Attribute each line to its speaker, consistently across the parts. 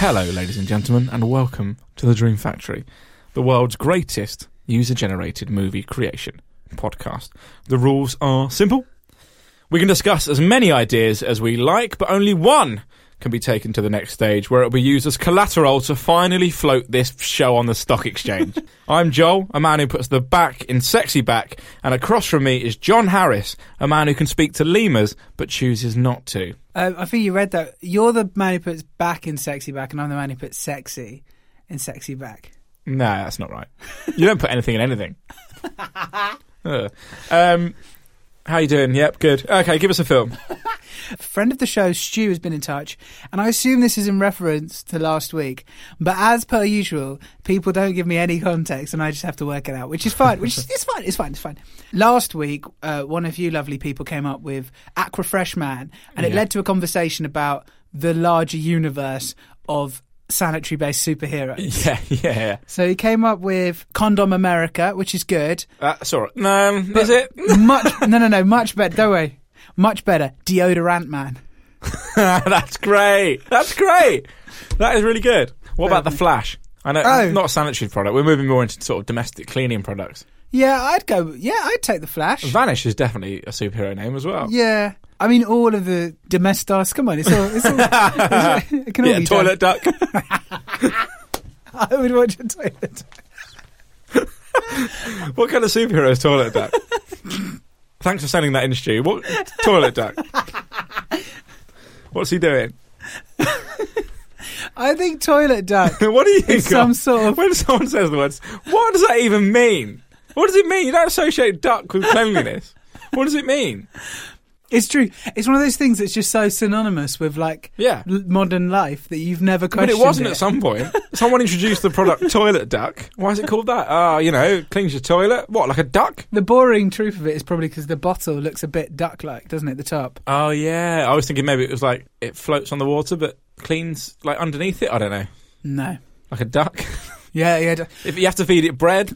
Speaker 1: Hello, ladies and gentlemen, and welcome to The Dream Factory, the world's greatest user generated movie creation podcast. The rules are simple. We can discuss as many ideas as we like, but only one can be taken to the next stage where it will be used as collateral to finally float this show on the stock exchange. I'm Joel, a man who puts the back in sexy back, and across from me is John Harris, a man who can speak to lemurs but chooses not to.
Speaker 2: Um, I think you read that. You're the man who puts back in sexy back, and I'm the man who puts sexy in sexy back.
Speaker 1: No, that's not right. You don't put anything in anything. Ugh. um, how you doing? Yep, good. Okay, give us a film.
Speaker 2: Friend of the show, Stu, has been in touch, and I assume this is in reference to last week. But as per usual, people don't give me any context, and I just have to work it out, which is fine. Which is it's fine. It's fine. It's fine. Last week, uh, one of you lovely people came up with Aquafresh Man, and it
Speaker 1: Yeah.
Speaker 2: led to a conversation about the larger universe of sanitary-based superheroes.
Speaker 1: Yeah, yeah.
Speaker 2: So he came up with Condom America, which is good.
Speaker 1: That's all right. No, is it?
Speaker 2: much no no no much better don't worry much better deodorant man
Speaker 1: that's great. That's great. That is really good. What about the Flash? I know
Speaker 2: Oh.
Speaker 1: not a sanitary product. We're moving more into sort of domestic cleaning products.
Speaker 2: yeah i'd go yeah i'd take the flash
Speaker 1: Vanish is definitely a superhero name as well.
Speaker 2: yeah i mean all of the domestos come on it's all it's all it's all- it can all
Speaker 1: Yeah,
Speaker 2: be
Speaker 1: toilet duck.
Speaker 2: done. i would watch a toilet
Speaker 1: what kind of superhero is toilet duck? Thanks for sending that in, Stu. What toilet duck? What's he doing?
Speaker 2: i think toilet duck
Speaker 1: what do you think?
Speaker 2: some sort of-
Speaker 1: When someone says the words, what does that even mean? What does it mean? You don't associate duck with cleanliness. what does it mean?
Speaker 2: it's true it's one of those things that's just so synonymous with like
Speaker 1: Yeah.
Speaker 2: l- modern life that you've never
Speaker 1: But
Speaker 2: questioned
Speaker 1: it wasn't at some point. Someone introduced the product toilet duck. Why is it called that? Ah, you know, cleans your toilet. What, like a duck?
Speaker 2: the boring truth of it is probably because the bottle looks a bit duck-like doesn't it the top
Speaker 1: Oh yeah. I was thinking maybe it was like it floats on the water but cleans like underneath it. I don't know.
Speaker 2: no
Speaker 1: Like a duck.
Speaker 2: yeah yeah d-
Speaker 1: if you have to feed it bread.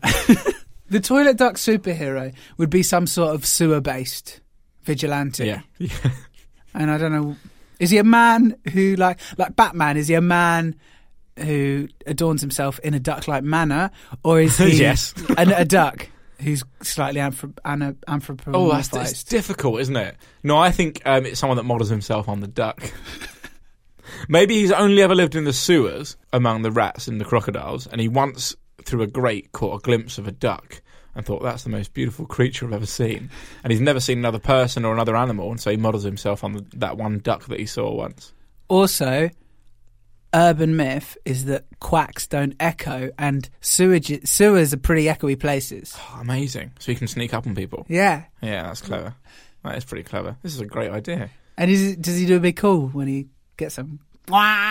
Speaker 2: The toilet duck superhero would be some sort of sewer-based vigilante.
Speaker 1: yeah.
Speaker 2: And I don't know, is he a man who like like Batman? Is he a man who adorns himself in a duck-like manner, or is he
Speaker 1: Yes.
Speaker 2: an, a duck who's slightly anthrop- ana- anthropomorphized?
Speaker 1: Oh, that's it's difficult, isn't it? No, I think um, it's someone that models himself on the duck. Maybe he's only ever lived in the sewers among the rats and the crocodiles, and he once, through a grate, caught a glimpse of a duck and thought, that's the most beautiful creature I've ever seen. And he's never seen another person or another animal, and so he models himself on the, that one duck that he saw once.
Speaker 2: also. Urban myth is that quacks don't echo, and sewage, sewers are pretty echoey places.
Speaker 1: Oh, amazing. So he can sneak up on people.
Speaker 2: Yeah,
Speaker 1: Yeah, that's clever. That is pretty clever. This is a great idea.
Speaker 2: and is, does he do a big call when he gets them? just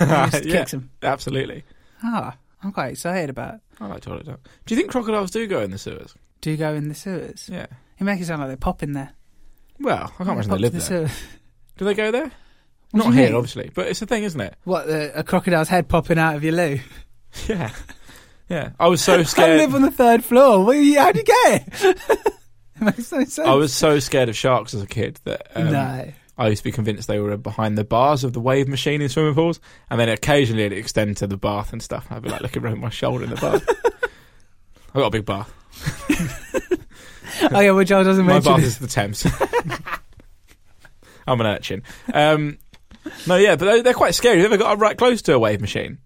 Speaker 1: Yeah,
Speaker 2: kicks him.
Speaker 1: Absolutely.
Speaker 2: Ah, I'm quite excited about.
Speaker 1: I like toilet duck. Do you think crocodiles do go in the sewers?
Speaker 2: Do you go in the sewers?
Speaker 1: Yeah.
Speaker 2: You make it sound like they pop in there.
Speaker 1: Well, I can't imagine they
Speaker 2: Pop
Speaker 1: live
Speaker 2: to
Speaker 1: there.
Speaker 2: the sewer.
Speaker 1: Do they go there?
Speaker 2: What
Speaker 1: Not
Speaker 2: do you
Speaker 1: here,
Speaker 2: mean?
Speaker 1: obviously, but it's a thing, isn't it?
Speaker 2: What, the, a crocodile's head popping out of your loo?
Speaker 1: Yeah. Yeah, I was so
Speaker 2: I
Speaker 1: scared.
Speaker 2: live on the third floor. What, how do you get it? it makes no sense.
Speaker 1: I was so scared of sharks as a kid that um,
Speaker 2: no.
Speaker 1: I used to be convinced they were behind the bars of the wave machine in swimming pools, and then occasionally it'd extend to the bath and stuff. I'd be like looking over my shoulder in the bath. I got a big bath.
Speaker 2: Oh yeah, well Joel doesn't
Speaker 1: My
Speaker 2: mention
Speaker 1: bath
Speaker 2: it.
Speaker 1: is the Thames. I'm an urchin. Um, no, yeah, but they're, they're quite scary. Have you ever got up right close to a wave machine?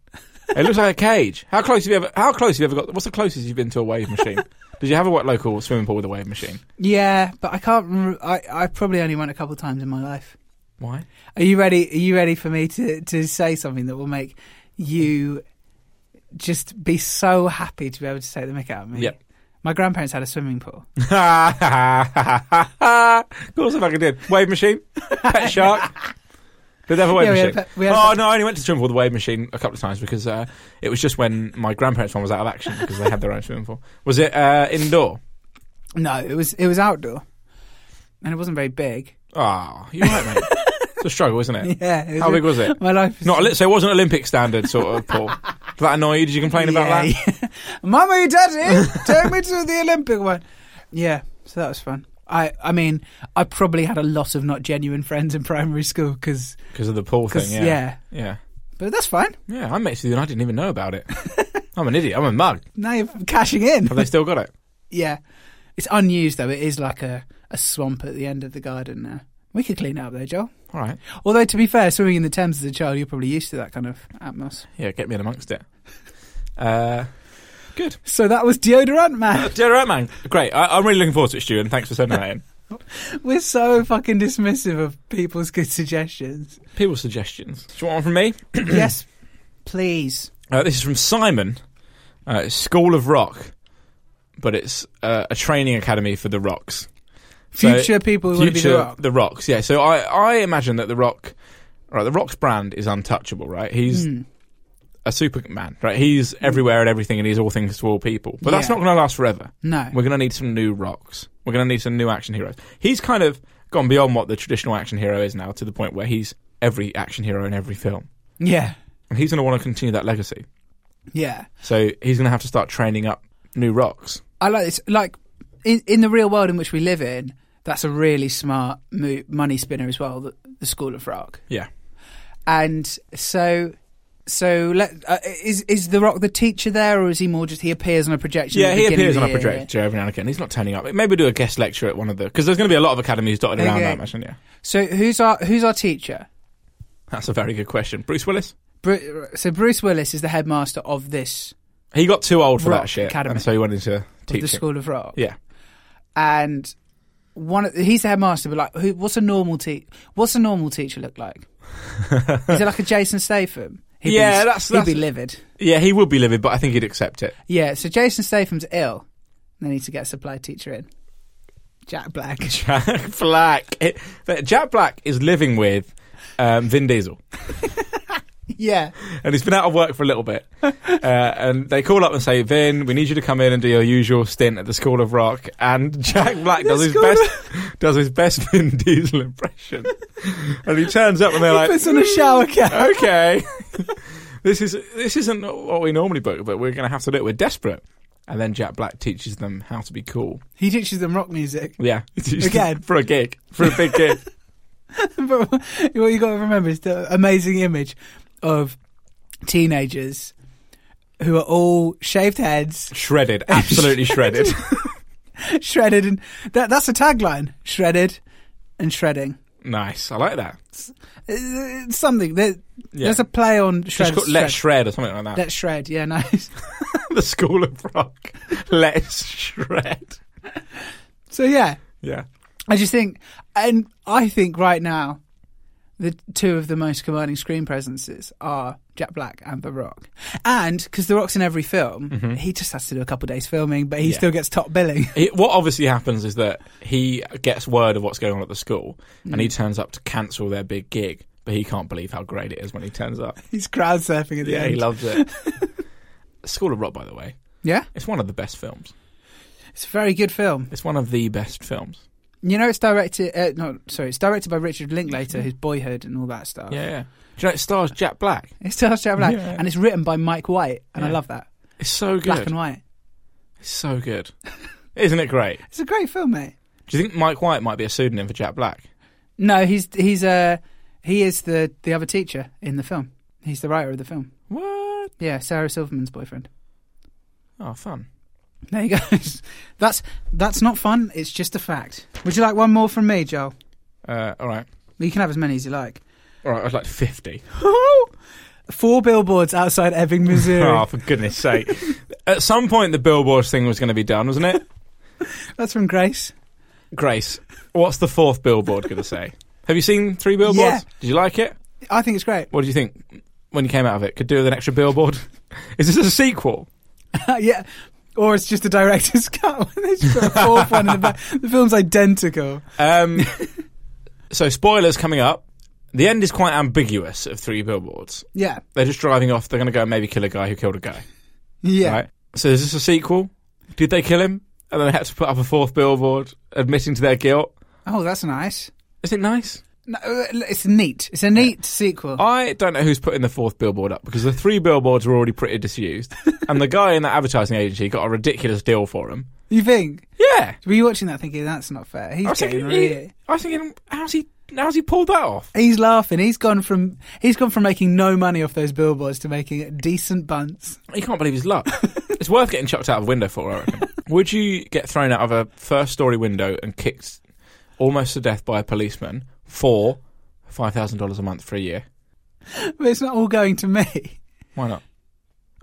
Speaker 1: It looks like a cage. How close have you ever? How close have you ever got? What's the closest you've been to a wave machine? Did you have a what local swimming pool with a wave machine?
Speaker 2: Yeah, but I can't. Remember, I I probably only went a couple times in my life.
Speaker 1: Why?
Speaker 2: Are you ready? Are you ready for me to to say something that will make you just be so happy to be able to take the mick out of me?
Speaker 1: Yep.
Speaker 2: My grandparents had a swimming pool.
Speaker 1: of course, if I could do it. Wave machine, pet shark. Did they have a wave
Speaker 2: Yeah, we had
Speaker 1: machine?
Speaker 2: a pet- we had a
Speaker 1: oh
Speaker 2: pet-
Speaker 1: no, I only went to the swimming pool with the wave machine a couple of times because uh, it was just when my grandparents' one was out of action because they had their own swimming pool. Was it uh, indoor?
Speaker 2: No, it was it was outdoor, and it wasn't very big.
Speaker 1: Oh, you're right, mate. It's a struggle, isn't it?
Speaker 2: Yeah. It was
Speaker 1: How big was it?
Speaker 2: My life.
Speaker 1: Not Olymp- so it wasn't Olympic standard sort of pool. Did that annoy you? Did you complain about that?
Speaker 2: Mama, you daddy, take me to the Olympic one. Yeah, so that was fun. I, I mean, I probably had a lot of not genuine friends in primary school because,
Speaker 1: Because of the pool thing, yeah.
Speaker 2: yeah.
Speaker 1: Yeah.
Speaker 2: But that's fine.
Speaker 1: Yeah, I mixed with you and I didn't even know about it. I'm an idiot. I'm a mug.
Speaker 2: Now you're cashing in.
Speaker 1: Have they still got it?
Speaker 2: yeah, it's unused though. It is like a, a swamp at the end of the garden now. We could clean it up though, Joel.
Speaker 1: All right.
Speaker 2: Although to be fair, swimming in the Thames as a child, you're probably used to that kind of atmosphere.
Speaker 1: Yeah, get me in amongst it. Uh, good.
Speaker 2: So that was deodorant man.
Speaker 1: Dear right, man. Great. I, I'm really looking forward to it, Stu, and thanks for sending that in.
Speaker 2: We're so fucking dismissive of people's good suggestions.
Speaker 1: People's suggestions. Do you want one from me?
Speaker 2: yes, please.
Speaker 1: Uh, this is from Simon, uh, it's School of Rock, but it's uh, a training academy for the rocks. So-
Speaker 2: Future people who want to be the rock.
Speaker 1: The Rocks, yeah. So I, I imagine that The Rock, right, The Rock's brand is untouchable, right? He's
Speaker 2: Hmm.
Speaker 1: a Superman, right? He's everywhere and everything, and he's all things to all people. But that's
Speaker 2: Yeah.
Speaker 1: not going to last forever.
Speaker 2: No.
Speaker 1: We're going to need some new Rocks. We're going to need some new action heroes. He's kind of gone beyond what the traditional action hero is now to the point where he's every action hero in every film.
Speaker 2: Yeah,
Speaker 1: And he's going to want to continue that legacy.
Speaker 2: yeah.
Speaker 1: So he's going to have to start training up new Rocks.
Speaker 2: I like this. Like in in the real world in which we live in, that's a really smart mo- money spinner as well. The, the School of Rock,
Speaker 1: Yeah.
Speaker 2: and so. So let, uh, is is the Rock the teacher there, or is he more just he appears on a projection?
Speaker 1: Yeah,
Speaker 2: at the
Speaker 1: he
Speaker 2: beginning
Speaker 1: appears
Speaker 2: of
Speaker 1: on a
Speaker 2: the year?
Speaker 1: projector every now and again. He's not turning up. Maybe do a guest lecture at one of the because there's going to be a lot of academies dotted around.
Speaker 2: Okay.
Speaker 1: I imagine. Yeah,
Speaker 2: So who's our who's our teacher?
Speaker 1: that's a very good question. Bruce Willis.
Speaker 2: Bru- so Bruce Willis is the headmaster of this
Speaker 1: He got too old for
Speaker 2: Rock
Speaker 1: that shit,
Speaker 2: Academy.
Speaker 1: and so he went into
Speaker 2: of
Speaker 1: teaching.
Speaker 2: the School of Rock.
Speaker 1: Yeah,
Speaker 2: and one of, he's the headmaster, but like, who, what's a normal te- What's a normal teacher look like? Is it like a Jason Statham? He'd
Speaker 1: Yeah,
Speaker 2: be,
Speaker 1: that's-
Speaker 2: he'd
Speaker 1: that's-
Speaker 2: be livid.
Speaker 1: yeah, he would be livid, but I think he'd accept it.
Speaker 2: Yeah, so Jason Statham's ill. They need to get a supply teacher in. Jack Black.
Speaker 1: Jack Black. It- but Jack Black is living with um, Vin Diesel,
Speaker 2: yeah,
Speaker 1: and he's been out of work for a little bit. Uh, and they call up and say, "Vin, we need you to come in and do your usual stint at the School of Rock." And Jack Black does his
Speaker 2: School
Speaker 1: best, does his best Vin Diesel impression, and he turns up and they're like,
Speaker 2: puts on a shower cap.
Speaker 1: okay. this is this isn't what we normally book, but we're going to have to do it. We're desperate. And then Jack Black teaches them how to be cool.
Speaker 2: He teaches them rock music,
Speaker 1: Yeah, he teaches them
Speaker 2: Again.
Speaker 1: for a gig, for a big gig.
Speaker 2: but what you got to remember is the amazing image of teenagers who are all shaved heads,
Speaker 1: shredded, absolutely shredded.
Speaker 2: shredded, and that, that's a tagline: shredded and shredding.
Speaker 1: nice, I like that.
Speaker 2: It's Uh, something. There,
Speaker 1: Yeah.
Speaker 2: There's a play on
Speaker 1: Just
Speaker 2: shred.
Speaker 1: call,
Speaker 2: shred.
Speaker 1: let's shred or something like that.
Speaker 2: Let's shred. Yeah, nice.
Speaker 1: the School of Rock. Let's shred.
Speaker 2: so yeah,
Speaker 1: Yeah,
Speaker 2: I just think, and I think right now, the two of the most commanding screen presences are Jack Black and The Rock. And because The Rock's in every film, he just has to do a couple days filming, but he
Speaker 1: Mm-hmm. Yeah.
Speaker 2: still gets top billing.
Speaker 1: It- what obviously happens is that he gets word of what's going on at the school, and he turns up to cancel their big gig. But he can't believe how great it is when he turns up.
Speaker 2: He's crowd surfing at the
Speaker 1: Yeah,
Speaker 2: end.
Speaker 1: he loves it. School of Rock, by the way,
Speaker 2: yeah,
Speaker 1: it's one of the best films.
Speaker 2: it's a very good film.
Speaker 1: It's one of the best films.
Speaker 2: You know, it's directed. Uh, no, sorry, it's directed by Richard Linklater, who's Boyhood and all that stuff.
Speaker 1: Yeah, yeah. Do you know it stars Jack Black?
Speaker 2: It stars Jack Black,
Speaker 1: Yeah.
Speaker 2: and it's written by Mike White, and I
Speaker 1: Yeah.
Speaker 2: love that.
Speaker 1: It's so good.
Speaker 2: black and white.
Speaker 1: It's so good. Isn't it great?
Speaker 2: It's a great film, mate.
Speaker 1: Do you think Mike White might be a pseudonym for Jack Black?
Speaker 2: No, he's he's uh he is the the other teacher in the film. He's the writer of the film.
Speaker 1: What?
Speaker 2: Yeah, Sarah Silverman's boyfriend.
Speaker 1: Oh, fun.
Speaker 2: There you go. that's that's not fun. It's just a fact. Would you like one more from me, Joel?
Speaker 1: Uh, all right.
Speaker 2: You can have as many as you like.
Speaker 1: All right, I was like 50.
Speaker 2: Four billboards outside Ebbing, Missouri.
Speaker 1: Oh, for goodness sake. At some point, the billboards thing was going to be done, wasn't it?
Speaker 2: That's from Grace.
Speaker 1: Grace, what's the fourth billboard going to say? Have you seen Three Billboards?
Speaker 2: Yeah.
Speaker 1: Did you like it?
Speaker 2: I think it's great.
Speaker 1: What do you think when you came out of it? Could do with an extra billboard? Is this a sequel?
Speaker 2: yeah. Or it's just a director's cut when they just put a fourth one in the back. The film's identical.
Speaker 1: Um, so, spoilers coming up. The end is quite ambiguous of Three Billboards.
Speaker 2: Yeah.
Speaker 1: They're just driving off. They're going to go and maybe kill a guy who killed a guy.
Speaker 2: Yeah.
Speaker 1: Right? So, is this a sequel? Did they kill him? And then they had to put up a fourth billboard admitting to their guilt.
Speaker 2: Oh, that's nice.
Speaker 1: Isn't it nice?
Speaker 2: No, uh, it's neat. It's a neat sequel.
Speaker 1: I don't know who's putting the fourth billboard up because the three billboards were already pretty disused, and the guy in that advertising agency got a ridiculous deal for him.
Speaker 2: You think?
Speaker 1: Yeah,
Speaker 2: Were you watching that thinking that's not fair? He's
Speaker 1: I was
Speaker 2: getting
Speaker 1: thinking,
Speaker 2: really.
Speaker 1: I was thinking, how's he, how's he pulled that off?
Speaker 2: He's laughing. He's gone from he's gone from making no money off those billboards to making a decent bunts.
Speaker 1: He can't believe his luck. it's worth getting chucked out of a window for. I reckon. Would you get thrown out of a first-story window and kicked almost to death by a policeman for five thousand dollars a month for a year?
Speaker 2: But it's not all going to me.
Speaker 1: Why not?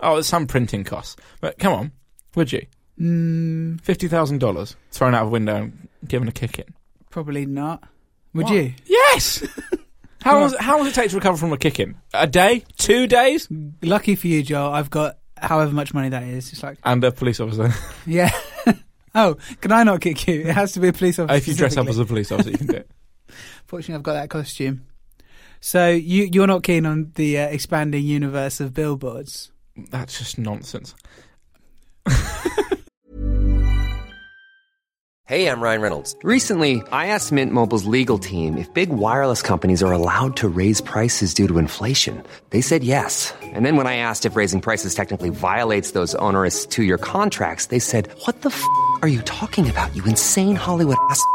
Speaker 1: Oh, there's some printing costs. But come on, would you? Mm. Fifty thousand dollars thrown out of a window and given a kick in.
Speaker 2: Probably not. Would you?
Speaker 1: Yes. how long? How long does it take to recover from a kick in? A day? Two days?
Speaker 2: Lucky for you, Joel, I've got however much money that is. It's like
Speaker 1: And a police officer.
Speaker 2: yeah. oh, can I not kick you? It has to be a police officer.
Speaker 1: if you dress up as
Speaker 2: specifically.
Speaker 1: a police officer, you can do it.
Speaker 2: fortunately, I've got that costume. So you you're not keen on the uh, expanding universe of billboards.
Speaker 1: That's just nonsense.
Speaker 3: Hey, I'm Ryan Reynolds. Recently, I asked Mint Mobile's legal team if big wireless companies are allowed to raise prices due to inflation. They said yes. And then when I asked if raising prices technically violates those onerous two year contracts, they said, What the f are you talking about, you insane Hollywood ass? f-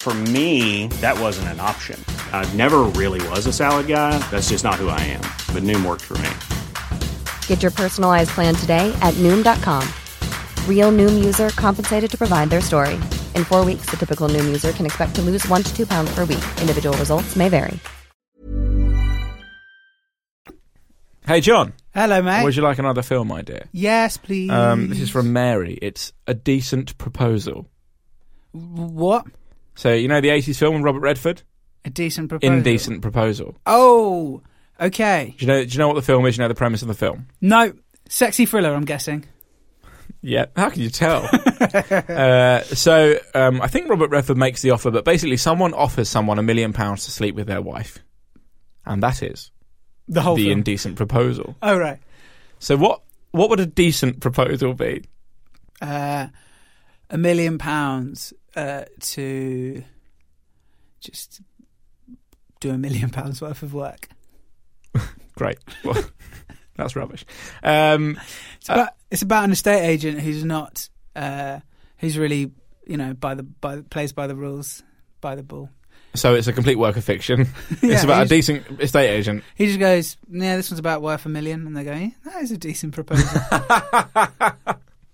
Speaker 4: For me, that wasn't an option. I never really was a salad guy. That's just not who I am. But Noom worked for me.
Speaker 5: Get your personalized plan today at Noom.com. Real Noom user compensated to provide their story. In four weeks, the typical Noom user can expect to lose one to two pounds per week. Individual results may vary.
Speaker 1: Hey, John.
Speaker 2: Hello, mate.
Speaker 1: Would you like another film idea?
Speaker 2: yes, please.
Speaker 1: Um, this is from Mary. It's a decent proposal.
Speaker 2: what
Speaker 1: So you know the '80s film with Robert Redford,
Speaker 2: a decent proposal.
Speaker 1: Indecent Proposal.
Speaker 2: Oh, okay.
Speaker 1: Do you know? Do you know what the film is? Do you know the premise of the film?
Speaker 2: No, sexy thriller. I'm guessing.
Speaker 1: Yeah, how can you tell? uh, so um, I think Robert Redford makes the offer, but basically, someone offers someone a million pounds to sleep with their wife, and that is
Speaker 2: The whole
Speaker 1: the
Speaker 2: film.
Speaker 1: indecent proposal.
Speaker 2: oh right.
Speaker 1: So what? What would a decent proposal be?
Speaker 2: Uh, a million pounds uh, to just do a million pounds worth of work.
Speaker 1: Great. Well, that's rubbish. Um,
Speaker 2: It's about, it's about an estate agent who's not uh, who's really you know by the by the- plays by the rules by the ball.
Speaker 1: so it's a complete work of fiction.
Speaker 2: Yeah,
Speaker 1: it's about a
Speaker 2: he's-
Speaker 1: decent estate agent.
Speaker 2: He just goes, "Yeah, this one's about worth a million. and they go, yeah, "That is a decent proposal."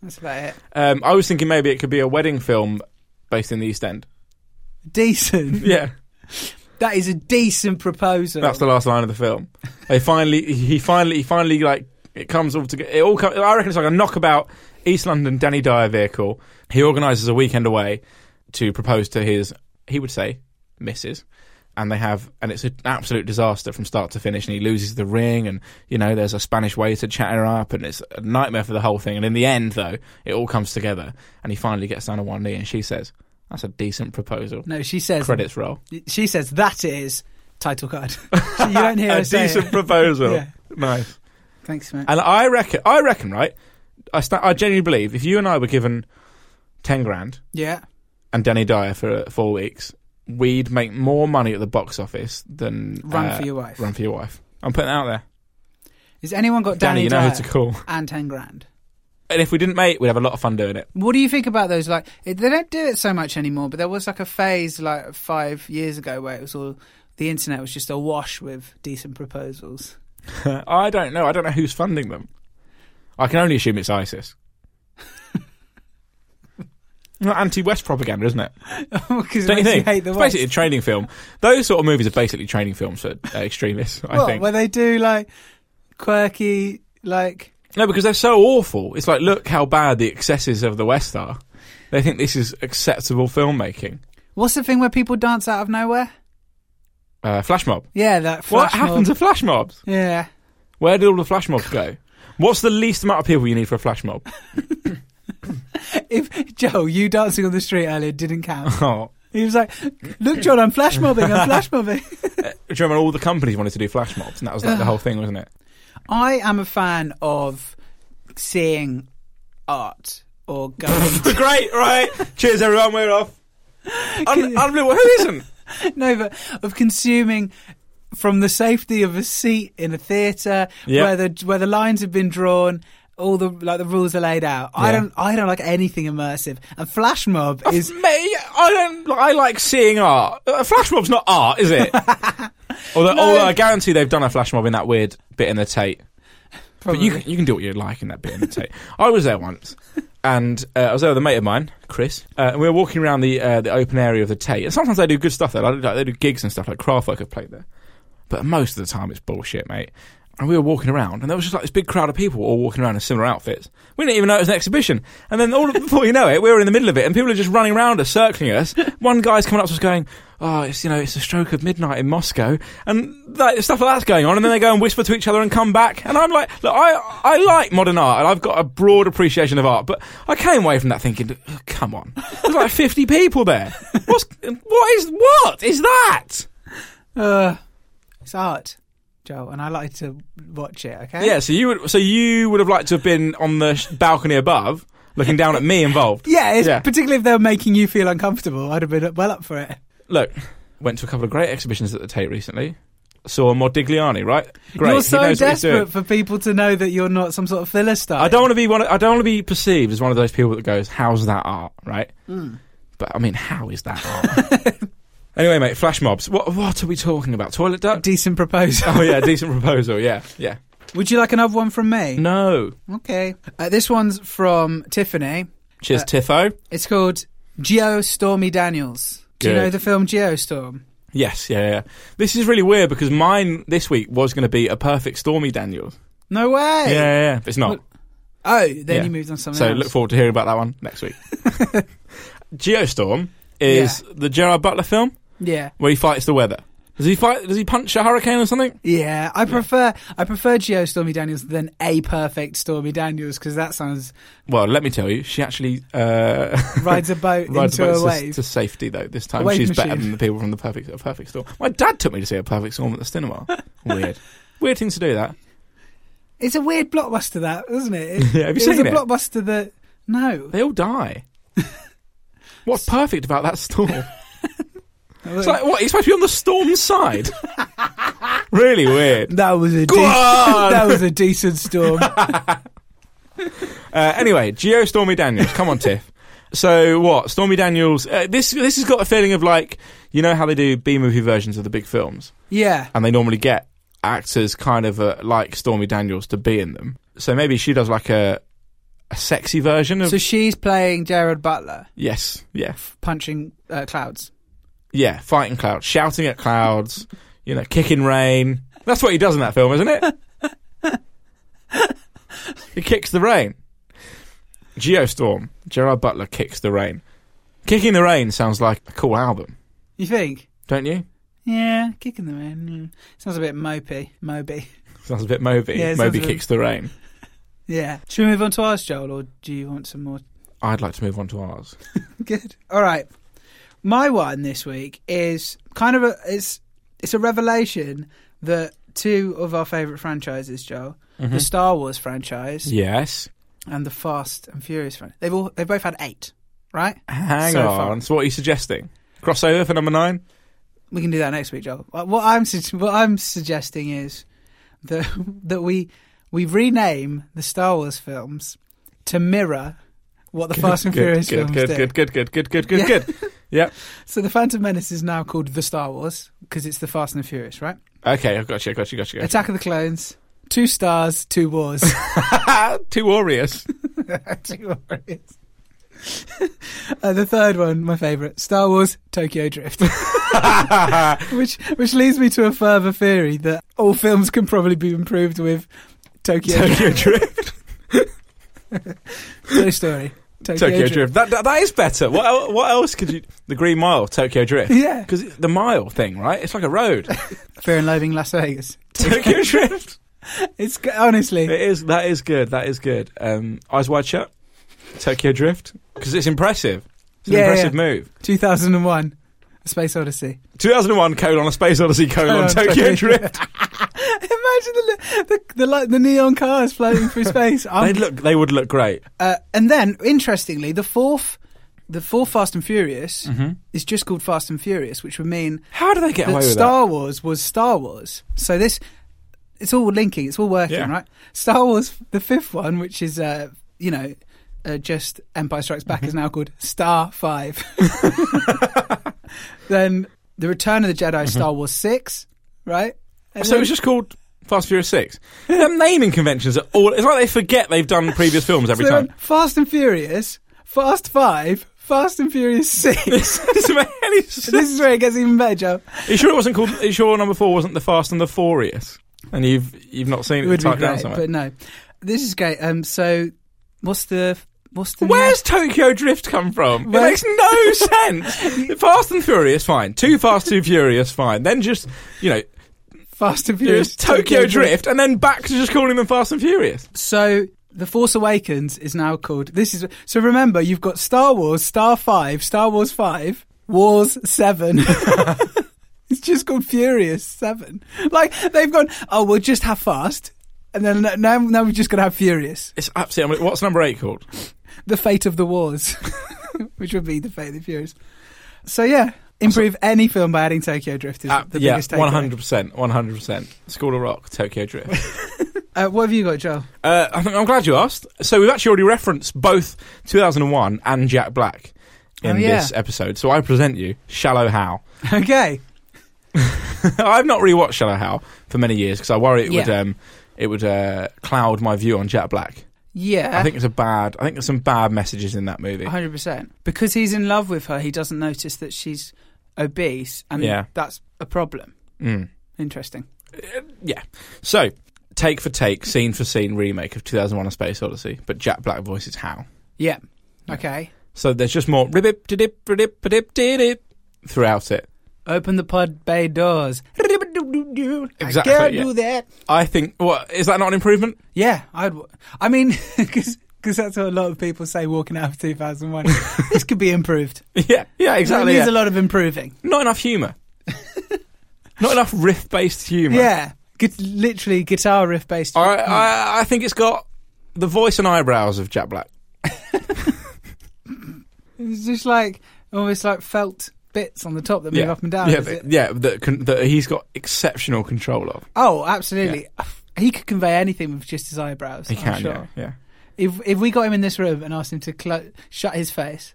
Speaker 2: That's about it.
Speaker 1: Um, I was thinking maybe it could be a wedding film based in the East End.
Speaker 2: Decent.
Speaker 1: Yeah.
Speaker 2: That is a decent proposal.
Speaker 1: That's the last line of the film. They finally, he finally, he finally, like it comes all together. It all comes. I reckon it's like a knockabout East London Danny Dyer vehicle. He organises a weekend away to propose to his, he would say, missus, and they have, and it's an absolute disaster from start to finish. And he loses the ring, and you know there's a Spanish waiter chatting her up, and it's a nightmare for the whole thing. And in the end, though, it all comes together, and he finally gets down on one knee, and she says, "That's a decent proposal."
Speaker 2: no, she says.
Speaker 1: Credits roll.
Speaker 2: She says that is title card. you don't hear
Speaker 1: a
Speaker 2: her say it.
Speaker 1: decent proposal.
Speaker 2: Yeah.
Speaker 1: Nice.
Speaker 2: Thanks, mate.
Speaker 1: And I reckon, I reckon, right? I, sta I genuinely believe if you and I were given ten grand
Speaker 2: yeah.
Speaker 1: and Danny Dyer for uh, four weeks, we'd make more money at the box office than
Speaker 2: Run
Speaker 1: uh,
Speaker 2: for your wife.
Speaker 1: Run for your wife. I'm putting it out there,
Speaker 2: Has anyone got
Speaker 1: Danny.
Speaker 2: Danny,
Speaker 1: you know who
Speaker 2: Dyer
Speaker 1: to call.
Speaker 2: and ten grand?
Speaker 1: And if we didn't make, we'd have a lot of fun doing it.
Speaker 2: What do you think about those? Like it- they don't do it so much anymore, but there was like a phase like five years ago where it was all the internet was just awash with decent proposals.
Speaker 1: I don't know. I don't know who's funding them. I can only assume it's ISIS. Not anti-West propaganda, isn't it?
Speaker 2: Because
Speaker 1: Don't you think?
Speaker 2: hate the
Speaker 1: it's
Speaker 2: West.
Speaker 1: basically a training film. Those sort of movies are basically training films for uh, extremists. I
Speaker 2: What,
Speaker 1: think.
Speaker 2: where they do like quirky like
Speaker 1: No, because they're so awful. It's like, look how bad the excesses of the West are. They think this is acceptable filmmaking.
Speaker 2: what's the thing where people dance out of nowhere?
Speaker 1: Uh, flash mob.
Speaker 2: Yeah, that
Speaker 1: what
Speaker 2: flash
Speaker 1: happened to
Speaker 2: mob.
Speaker 1: flash mobs?
Speaker 2: Yeah.
Speaker 1: Where did all the flash mobs go? What's the least amount of people you need for a flash mob?
Speaker 2: If Joe, you dancing on the street earlier didn't count.
Speaker 1: Oh.
Speaker 2: He was like, "Look, John, I'm flash mobbing. I'm flash mobbing."
Speaker 1: Do you remember all the companies wanted to do flash mobs? And that was like, the whole thing, wasn't it?
Speaker 2: I am a fan of seeing art or going.
Speaker 1: Great, right. Cheers, everyone. We're off. Un- unbelievable. Who isn't?
Speaker 2: no, but of consuming from the safety of a seat in a theatre
Speaker 1: Yeah.
Speaker 2: where the where the lines have been drawn. All the like the rules are laid out. I
Speaker 1: Yeah.
Speaker 2: don't I don't like anything immersive. And flash mob is
Speaker 1: Me? I don't. I like seeing art. A flash mob's not art, is it? although, although I guarantee they've done a flash mob in that weird bit in the Tate. But you can, you can do what you like in that bit in the Tate. I was there once, and uh, I was there with a mate of mine, Chris, uh, and we were walking around the uh, the open area of the Tate. And sometimes they do good stuff there. Like, they do gigs and stuff like Kraftwerk have played there, but most of the time it's bullshit, mate. And we were walking around, and there was just like this big crowd of people all walking around in similar outfits. We didn't even know it was an exhibition. And then all before you know it, we were in the middle of it, and people are just running around us, circling us. One guy's coming up to us going, "Oh, it's you know, it's a stroke of midnight in Moscow," and that, stuff like that's going on. And then they go and whisper to each other and come back. And I'm like, "Look, I I like modern art, and I've got a broad appreciation of art, but I came away from that thinking, oh, come on, there's like 50 people there. What's what is what is that?"
Speaker 2: uh, it's art, Joe, and I like to watch it. Okay.
Speaker 1: Yeah, so you would so you would have liked to have been on the sh- balcony above, looking down at me involved.
Speaker 2: Yeah, it's,
Speaker 1: Yeah.
Speaker 2: particularly if they were making you feel uncomfortable, I'd have been well up for it.
Speaker 1: Look, went to a couple of great exhibitions at the Tate recently. Saw Modigliani, right? Great.
Speaker 2: You're
Speaker 1: he
Speaker 2: so
Speaker 1: knows what he's doing.
Speaker 2: desperate for people to know that you're not some sort of philistine.
Speaker 1: I don't want to be one. Of, I don't want to be perceived as one of those people that goes, "How's that art?" Right?
Speaker 2: Hmm.
Speaker 1: But I mean, how is that art? anyway, mate, flash mobs. What what are we talking about? Toilet duck?
Speaker 2: decent proposal.
Speaker 1: oh yeah, decent proposal. Yeah, yeah.
Speaker 2: Would you like another one from me?
Speaker 1: No.
Speaker 2: Okay. Uh, this one's from Tiffany.
Speaker 1: Cheers,
Speaker 2: Uh,
Speaker 1: Tiffo.
Speaker 2: It's called Geo Stormy Daniels. Do you
Speaker 1: Good.
Speaker 2: know the film Geostorm?
Speaker 1: Yes, yeah, yeah. This is really weird because mine this week was going to be a perfect Stormy Daniels.
Speaker 2: No way.
Speaker 1: Yeah, yeah, yeah. It's not.
Speaker 2: Oh, then
Speaker 1: Yeah.
Speaker 2: you moved on to something
Speaker 1: So
Speaker 2: else.
Speaker 1: look forward to hearing about that one next week. Geostorm is the Gerard Butler film
Speaker 2: yeah.
Speaker 1: where he fights the weather. Does he fight? Does he punch a hurricane or something?
Speaker 2: Yeah, I prefer I prefer Geo Stormy Daniels than a perfect Stormy Daniels because that sounds
Speaker 1: Well, let me tell you, she actually uh,
Speaker 2: rides a boat
Speaker 1: rides
Speaker 2: into
Speaker 1: a boat to
Speaker 2: a
Speaker 1: s-
Speaker 2: wave.
Speaker 1: to safety though. This
Speaker 2: A
Speaker 1: time
Speaker 2: wave
Speaker 1: she's better
Speaker 2: machine.
Speaker 1: than the people from the perfect a perfect storm. My dad took me to see a perfect storm at the cinema. Weird, weird thing to do that.
Speaker 2: It's a weird blockbuster, that isn't it?
Speaker 1: Yeah, have you
Speaker 2: it was
Speaker 1: seen
Speaker 2: a
Speaker 1: it?
Speaker 2: blockbuster that no.
Speaker 1: They all die. What's perfect about that storm? It's like, what? He's supposed to be on the storm side. really weird.
Speaker 2: That was a
Speaker 1: Go
Speaker 2: dec-
Speaker 1: on!
Speaker 2: that was a decent storm.
Speaker 1: Uh, anyway, Geo Stormy Daniels. Come on, Tiff. So what? Stormy Daniels. Uh, this this has got a feeling of like you know how they do B movie versions of the big films,
Speaker 2: yeah,
Speaker 1: and they normally get actors kind of uh, like Stormy Daniels to be in them. So maybe she does like a a sexy version of
Speaker 2: So she's playing Gerard Butler,
Speaker 1: yes, yeah,
Speaker 2: f- punching uh, clouds.
Speaker 1: yeah, fighting clouds, shouting at clouds, you know, kicking rain. That's what he does in that film, isn't it? he kicks the rain. Geostorm. Gerard Butler kicks the rain. Kicking the rain sounds like a cool album,
Speaker 2: You think?
Speaker 1: don't you?
Speaker 2: Yeah, kicking them in. Mm. Sounds a bit mopey, Moby.
Speaker 1: Sounds a bit Moby.
Speaker 2: Yeah, it sounds
Speaker 1: Moby
Speaker 2: a bit-
Speaker 1: kicks the rain.
Speaker 2: Yeah. Should we move on to ours, Joel, or do you want some more?
Speaker 1: I'd like to move on to ours.
Speaker 2: Good. All right. My one this week is kind of a it's it's a revelation that two of our favorite franchises, Joel,
Speaker 1: Mm-hmm.
Speaker 2: the Star Wars franchise
Speaker 1: Yes.
Speaker 2: and the Fast and Furious franchise. They've all they've both had eight, right?
Speaker 1: Hang
Speaker 2: So
Speaker 1: on.
Speaker 2: far.
Speaker 1: So what are you suggesting? Crossover for number nine?
Speaker 2: We can do that next week, Joel. Uh, What I'm sug- what I'm suggesting is that that we we rename the Star Wars films to mirror what the Fast and
Speaker 1: good,
Speaker 2: Furious
Speaker 1: good,
Speaker 2: films
Speaker 1: good,
Speaker 2: do.
Speaker 1: good, good, good, good, good, good, good. Yep.
Speaker 2: So the Phantom Menace is now called the Star Wars because it's the Fast and the Furious, right?
Speaker 1: Okay, I've got you, got you, got you. Got
Speaker 2: Attack of the Clones, two stars, two wars.
Speaker 1: you. Too warriors.
Speaker 2: two warriors. uh, the third one, my favourite, Star Wars Tokyo Drift, which which leads me to a further theory that all films can probably be improved with Tokyo Drift.
Speaker 1: Tokyo Drift.
Speaker 2: Toy Story. Tokyo,
Speaker 1: Tokyo Drift. That, that that is better. What el- what else could you? The Green Mile, Tokyo Drift.
Speaker 2: Yeah.
Speaker 1: Because the mile thing, right? It's like a road.
Speaker 2: Fear and Loathing in Las Vegas.
Speaker 1: Tokyo Drift.
Speaker 2: It's g- honestly
Speaker 1: It is. That is good. That is good. Um, eyes wide shut. Tokyo Drift. Because it's impressive. It's an
Speaker 2: Yeah,
Speaker 1: impressive
Speaker 2: yeah.
Speaker 1: move.
Speaker 2: 2001, A Space Odyssey.
Speaker 1: 2001 colon a space odyssey colon
Speaker 2: Colon,
Speaker 1: Tokyo
Speaker 2: Oh, Tokyo
Speaker 1: Drift.
Speaker 2: Imagine the li- the the, light the neon cars floating through space. I'm-
Speaker 1: They'd look. They would look great.
Speaker 2: Uh, and then, interestingly, the fourth, the fourth Fast and Furious
Speaker 1: Mm-hmm.
Speaker 2: is just called Fast and Furious, which would mean
Speaker 1: How do they get away
Speaker 2: that
Speaker 1: with
Speaker 2: Star Wars was Star Wars. So this, it's all linking, it's all working,
Speaker 1: Yeah.
Speaker 2: right? Star Wars, the fifth one, which is, uh, you know, uh, just Empire Strikes Back,
Speaker 1: Mm-hmm.
Speaker 2: is now called Star Five. then the Return of the Jedi, Star Wars Six, right?
Speaker 1: that?
Speaker 2: And
Speaker 1: Mm-hmm. So
Speaker 2: then-
Speaker 1: it's just called Fast and Furious Six. Their naming conventions are all. It's like they forget they've done previous films every
Speaker 2: so they
Speaker 1: time.
Speaker 2: went Fast and Furious, Fast Five, Fast and Furious Six.
Speaker 1: This doesn't make any sense.
Speaker 2: this is where it gets even better, Joe.
Speaker 1: Are you sure it wasn't called? Are you sure number four wasn't the Fast and the Furious? And you've you've not seen
Speaker 2: It
Speaker 1: it,
Speaker 2: would be
Speaker 1: typed down
Speaker 2: great,
Speaker 1: somewhere.
Speaker 2: but no. This is great. Um, so what's the what's the
Speaker 1: Where's Tokyo Drift come from? It
Speaker 2: Where-
Speaker 1: makes no sense. Fast and Furious, fine. Too Fast, Too Furious, fine. Then just you know,
Speaker 2: Fast and Furious
Speaker 1: Furious, Tokyo, Drift, and then back to just calling them Fast and Furious.
Speaker 2: So the Force Awakens is now called. This is so. Remember, you've got Star Wars, Star Five, Star Wars Five, Wars Seven. it's just called Furious Seven. Like they've gone. Oh, we'll just have fast, and then now now we're just gonna have Furious.
Speaker 1: It's absolutely. I mean, what's number eight called?
Speaker 2: the fate of the wars, which would be the fate of the Furious. So yeah, improve any film by adding Tokyo Drift is
Speaker 1: Uh,
Speaker 2: the
Speaker 1: yeah,
Speaker 2: biggest takeaway.
Speaker 1: one hundred percent, one hundred percent. School of Rock, Tokyo Drift.
Speaker 2: Uh, what have you got, Joel?
Speaker 1: Uh, I think I'm glad you asked. So we've actually already referenced both 2001 and Jack Black in
Speaker 2: Oh, yeah.
Speaker 1: this episode. So I present you Shallow How.
Speaker 2: Okay,
Speaker 1: I've not rewatched Shallow How for many years because I worry it would
Speaker 2: Yeah.
Speaker 1: um, it would uh, cloud my view on Jack Black.
Speaker 2: yeah,
Speaker 1: I think it's a bad. I think there's some bad messages in that movie.
Speaker 2: one hundred percent because he's in love with her. He doesn't notice that she's obese, and
Speaker 1: Yeah.
Speaker 2: that's a problem.
Speaker 1: Mm.
Speaker 2: Interesting.
Speaker 1: Yeah. So take for take, scene for scene remake of 2001: A Space Odyssey, but Jack Black voices How.
Speaker 2: Yeah. Okay.
Speaker 1: So there's just more ribip, didip, ridip, didip, didip throughout it.
Speaker 2: Open the pod bay doors.
Speaker 1: Exactly,
Speaker 2: I can't
Speaker 1: yeah.
Speaker 2: do that.
Speaker 1: I think what is that not an improvement?
Speaker 2: Yeah, I'd. w- I mean, because that's what a lot of people say walking out of 2001. this could be improved.
Speaker 1: Yeah, yeah, exactly.
Speaker 2: It needs
Speaker 1: yeah.
Speaker 2: a lot of improving.
Speaker 1: Not enough humour. Not enough riff-based humour.
Speaker 2: Yeah. Gu- literally guitar riff based.
Speaker 1: I,
Speaker 2: Hmm.
Speaker 1: I, I think it's got the voice and eyebrows of Jack Black.
Speaker 2: It's just like almost like felt bits on the top that move
Speaker 1: yeah.
Speaker 2: up and down.
Speaker 1: Yeah,
Speaker 2: is
Speaker 1: that-
Speaker 2: it?
Speaker 1: yeah that, con- that he's got exceptional control of.
Speaker 2: Oh, absolutely. He could convey anything with just his eyebrows.
Speaker 1: He
Speaker 2: I'm
Speaker 1: can,
Speaker 2: Oh, sure.
Speaker 1: yeah, yeah.
Speaker 2: If if we got him in this room and asked him to clo- shut his face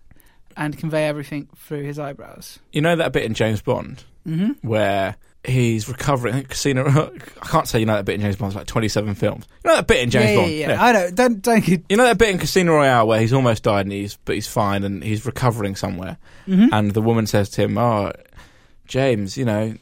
Speaker 2: and convey everything through his eyebrows.
Speaker 1: You know that bit in James Bond
Speaker 2: Mm-hmm.
Speaker 1: where he's recovering. I think Casino. I can't say you know that bit in James Bond's like twenty-seven films. You know that bit in James
Speaker 2: yeah,
Speaker 1: Bond.
Speaker 2: yeah, yeah, I know. Don't don't get
Speaker 1: You know that bit in Casino Royale where he's almost died and he's but he's fine and he's recovering somewhere, and the woman says to him, "Oh, James, you know,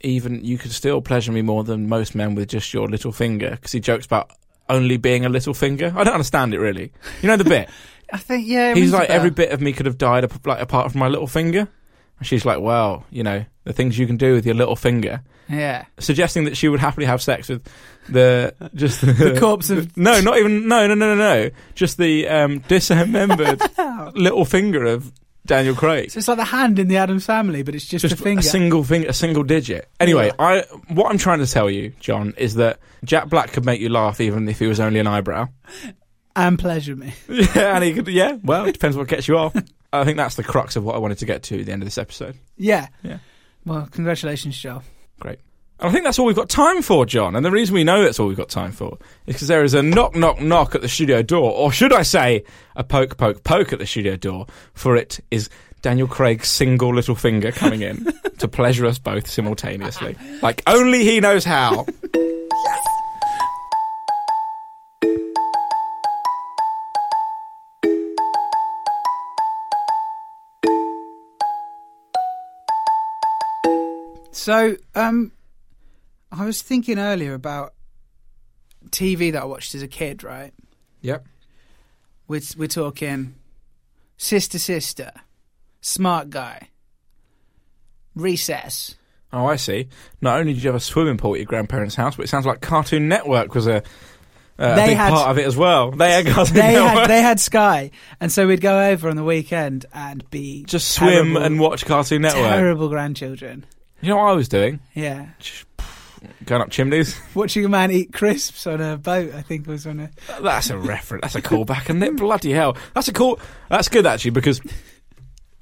Speaker 1: even you could still pleasure me more than most men with just your little finger." Because he jokes about only being a little finger. I don't understand it really. You know the bit.
Speaker 2: I think yeah. it
Speaker 1: he's
Speaker 2: rings a
Speaker 1: like
Speaker 2: bell.
Speaker 1: every bit of me could have died ap- like apart from my little finger. And she's like, "Well, you know, the things you can do with your little finger."
Speaker 2: yeah.
Speaker 1: suggesting that she would happily have sex with the just the,
Speaker 2: corpse of-
Speaker 1: no, not even no, no, no, no, no, just the um, dismembered little finger of Daniel Craig.
Speaker 2: So it's like the hand in the Adams family, but it's just,
Speaker 1: Just
Speaker 2: a finger.
Speaker 1: single finger, a single digit. Anyway,
Speaker 2: Yeah.
Speaker 1: I what I'm trying to tell you, John, is that Jack Black could make you laugh even if he was only an eyebrow.
Speaker 2: and pleasure me.
Speaker 1: Yeah, and he could. Yeah, well, it depends what gets you off. I think that's the crux of what I wanted to get to at the end of this episode.
Speaker 2: Yeah.
Speaker 1: Yeah.
Speaker 2: Well, congratulations, Joel.
Speaker 1: Great. And I think that's all we've got time for, John. And the reason we know that's all we've got time for is because there is a knock, knock, knock at the studio door, or should I say, a poke, poke, poke at the studio door, for it is Daniel Craig's single little finger coming in to pleasure us both simultaneously. Like only he knows how.
Speaker 2: So, um, I was thinking earlier about TV that I watched as a kid, right?
Speaker 1: Yep.
Speaker 2: We're, we're talking Sister Sister, Smart Guy, Recess.
Speaker 1: Oh, I see. Not only did you have a swimming pool at your grandparents' house, but it sounds like Cartoon Network was a, uh, a
Speaker 2: They
Speaker 1: big
Speaker 2: had-
Speaker 1: part of it as well. They had Cartoon
Speaker 2: They
Speaker 1: Network.
Speaker 2: had, they had Sky, and so we'd go over on the weekend and be
Speaker 1: Just swim
Speaker 2: terrible-
Speaker 1: and watch Cartoon Network.
Speaker 2: terrible grandchildren.
Speaker 1: You know what I was doing?
Speaker 2: Yeah,
Speaker 1: Going up chimneys.
Speaker 2: watching a man eat crisps on a boat. I think was on a
Speaker 1: That's a reference. That's a callback, isn't it? Bloody hell. That's a call. That's good actually because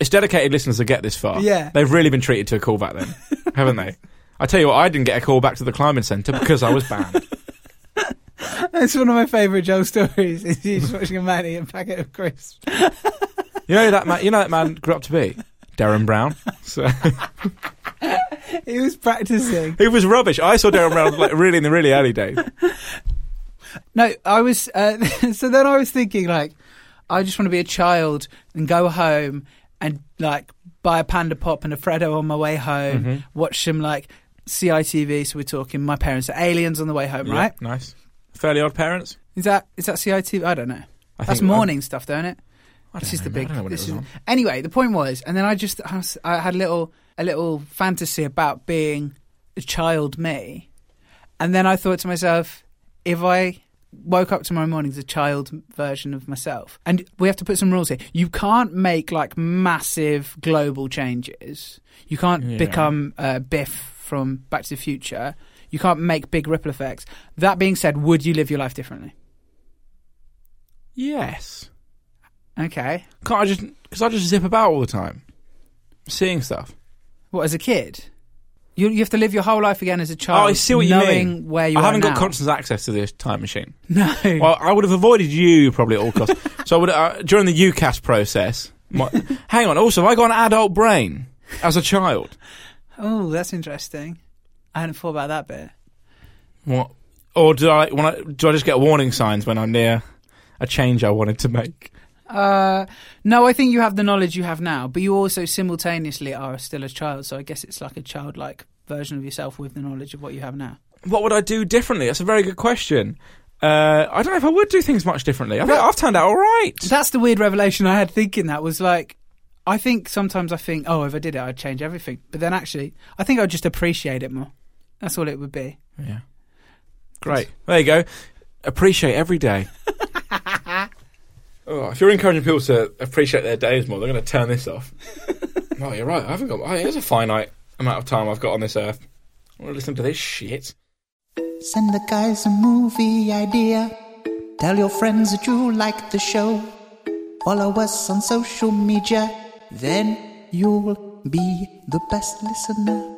Speaker 1: it's dedicated listeners that get this far.
Speaker 2: Yeah.
Speaker 1: they've really been treated to a callback then, haven't they? I tell you what, I didn't get a call back to the climbing centre because I was banned.
Speaker 2: That's one of my favourite Joel stories. Is you just watching a man eat a packet of crisps.
Speaker 1: You know who that man. You know that man grew up to be Darren Brown. So
Speaker 2: He was practicing.
Speaker 1: it was rubbish. I saw Darren Brown like really in the really early days.
Speaker 2: No, I was. Uh, so then I was thinking, like, I just want to be a child and go home and like buy a panda pop and a Freddo on my way home. Watch some like CITV. So we're talking my parents are aliens on the way home, right?
Speaker 1: Yeah, nice. Fairly odd parents.
Speaker 2: Is that is that CITV? I don't know.
Speaker 1: I
Speaker 2: That's
Speaker 1: think- um,
Speaker 2: morning stuff, don't it?
Speaker 1: I
Speaker 2: This
Speaker 1: don't
Speaker 2: is the
Speaker 1: know,
Speaker 2: big.
Speaker 1: I don't know when it
Speaker 2: this
Speaker 1: was
Speaker 2: is-
Speaker 1: on.
Speaker 2: Anyway, the point was, and then I just I was- I had a little a little fantasy about being a child me, and then I thought to myself, if I woke up tomorrow morning as a child version of myself, and we have to put some rules here. You can't make like massive global changes. You can't
Speaker 1: Yeah.
Speaker 2: become uh, Biff from Back to the Future. You can't make big ripple effects. That being said, would you live your life differently?
Speaker 1: Yes.
Speaker 2: Okay.
Speaker 1: Can't I just because I just zip about all the time, seeing stuff.
Speaker 2: What as a kid? You you have to live your whole life again as a
Speaker 1: Oh,
Speaker 2: child.
Speaker 1: I see what you
Speaker 2: knowing
Speaker 1: mean.
Speaker 2: Where you
Speaker 1: I
Speaker 2: are
Speaker 1: haven't got
Speaker 2: now.
Speaker 1: constant access to this time machine.
Speaker 2: No.
Speaker 1: Well, I would have avoided you probably at all costs. so I would uh, during the UCAS process. My, hang on. Also, have I got an adult brain as a child.
Speaker 2: oh, that's interesting. I hadn't thought about that bit.
Speaker 1: What? Or do I when I do I just get warning signs when I'm near a change I wanted to make?
Speaker 2: Uh, no, I think you have the knowledge you have now, but you also simultaneously are still a child. So I guess it's like a childlike version of yourself with the knowledge of what you have now.
Speaker 1: What would I do differently? That's a very good question. Uh, I don't know if I would do things much differently. I think I've turned out all right.
Speaker 2: That's the weird revelation I had thinking that was like. I think sometimes I think, oh, if I did it, I'd change everything. But then actually, I think I'd just appreciate it more. That's all it would be.
Speaker 1: Yeah. Great. There you go. Appreciate every day. oh, if you're encouraging people to appreciate their days more, they're going to turn this off. oh, you're right. I haven't got. Oh, here's a finite amount of time I've got on this earth. I want to listen to this shit.
Speaker 6: Send the guys a movie idea. Tell your friends that you like the show. Follow us on social media. Then you'll be the best listener.